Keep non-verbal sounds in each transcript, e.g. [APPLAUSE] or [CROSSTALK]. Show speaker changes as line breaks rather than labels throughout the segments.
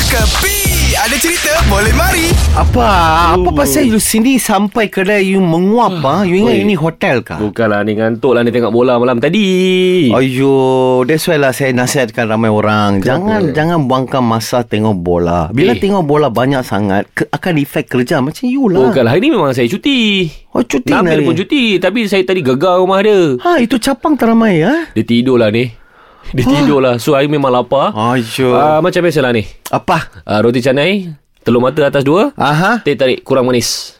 Kepi Ada cerita boleh mari
Apa? Apa pasal you sini sampai kedai you menguap ah? You ingat
Oi.
ini hotel kah?
Bukanlah ni ngantuk lah ni tengok bola malam tadi.
Oh, Ayo, that's why lah saya nasihatkan ramai orang. Jangan jangan buangkan masa tengok bola. Bila
Eh.
tengok bola banyak sangat, ke, akan efek kerja macam you lah.
Bukanlah hari ni memang saya cuti.
Oh, cuti ni
Nabil
hari.
pun cuti tapi saya tadi gegar rumah dia.
Ha, itu capang teramai ya.
Dia tidur lah ni. Dia tidur lah. So hari memang lapar.
Ayo.
Ah, macam biasalah ni.
Apa?
Ah, roti canai, telur mata atas dua,
Aha.
teh tarik kurang manis.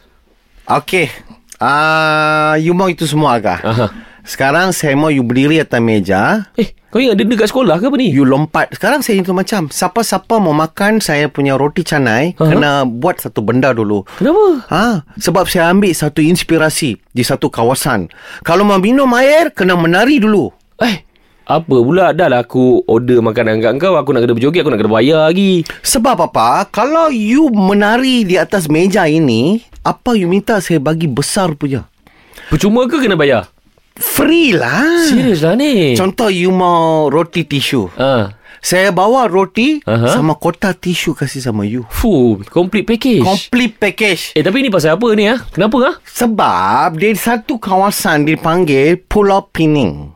Okey. Ah, you mau itu semua kah?
Aha.
Sekarang saya mau you berdiri atas meja. ah.
Eh, kau ingat dia dekat sekolah ke apa ni?
You lompat Sekarang saya itu macam Siapa-siapa mau makan Saya punya roti canai
Aha.
Kena buat satu benda dulu
Kenapa?
Ha, sebab saya ambil satu inspirasi di satu kawasan. Kalau mau minum air, kena menari dulu.
Eh, apa pula dah lah aku order makanan kat kau Aku nak kena berjoget Aku nak kena bayar lagi
Sebab apa? Kalau you menari di atas meja ini, apa you minta saya bagi besar punya?
Percuma ke kena bayar?
Free lah.
Serius lah ni
Contoh you mau roti tisu.
Ah,
Saya bawa roti
Aha.
sama kotak tisu kasih sama you.
Fuh, complete package
Complete package.
Eh tapi ni pasal apa ni ah? Kenapa ah?
Sebab di satu kawasan dipanggil Pulau Pining.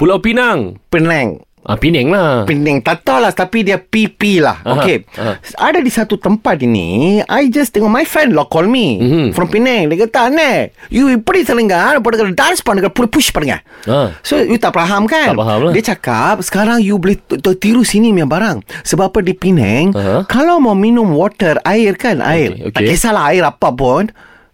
Pulau Pinang.
Penang.
Ah Penang lah.
Pening Tak tahu lah Tapi dia PP lah
Aha,
Okay
aha.
Ada di satu tempat ini I just tengok My friend lah call me
Mhm.
From Penang Dia kata Ane You இப்படி சொல்லுங்க பண்ணுங்க டான்ஸ் பண்ணுங்க pula push பண்ணுங்க
Ah.
So you tak faham kan
Tak faham lah.
Dia cakap Sekarang you boleh t- t- Tiru sini punya barang Sebab apa di Penang
Aha.
Kalau mau minum water Air kan air
Uh-huh. Okey,
Tak
okey.
kisahlah air apa pun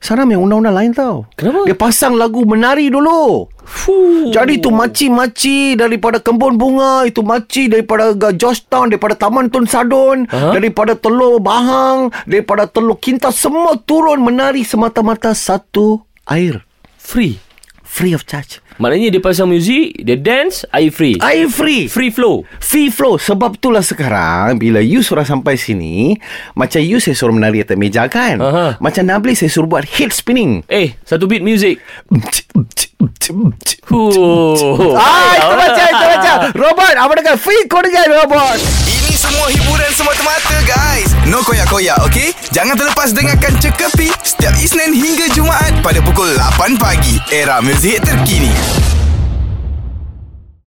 Sana punya undang-undang lain tau
Kenapa?
Dia pasang lagu menari dulu
Fuh.
jadi tu maci-maci daripada kebun bunga, itu maci daripada Ga- Georgetown, daripada Taman Tun Sadun,
Aha.
daripada Telur Bahang, daripada Telur Kinta, semua turun menari semata-mata satu air.
free.
Free of charge.
Maknanya dia pasang muzik, dia dance, air free.
Air free.
Free flow.
Free flow Sebab itulah sekarang Bila you suruh sampai sini Macam you saya suruh menari atas meja kan
Aha.
Macam Nabil saya suruh buat head spinning
Eh, satu beat music.
Ah, [LAUGHS]
Fuh.
itu macam, itu macam Robot, apa dekat? Free kau dengan robot
Ini semua hiburan semata-mata guys No koyak-koyak ok Jangan terlepas dengarkan Cekapi Setiap Isnin hingga Jumaat Pada pukul 8 pagi Era muzik terkini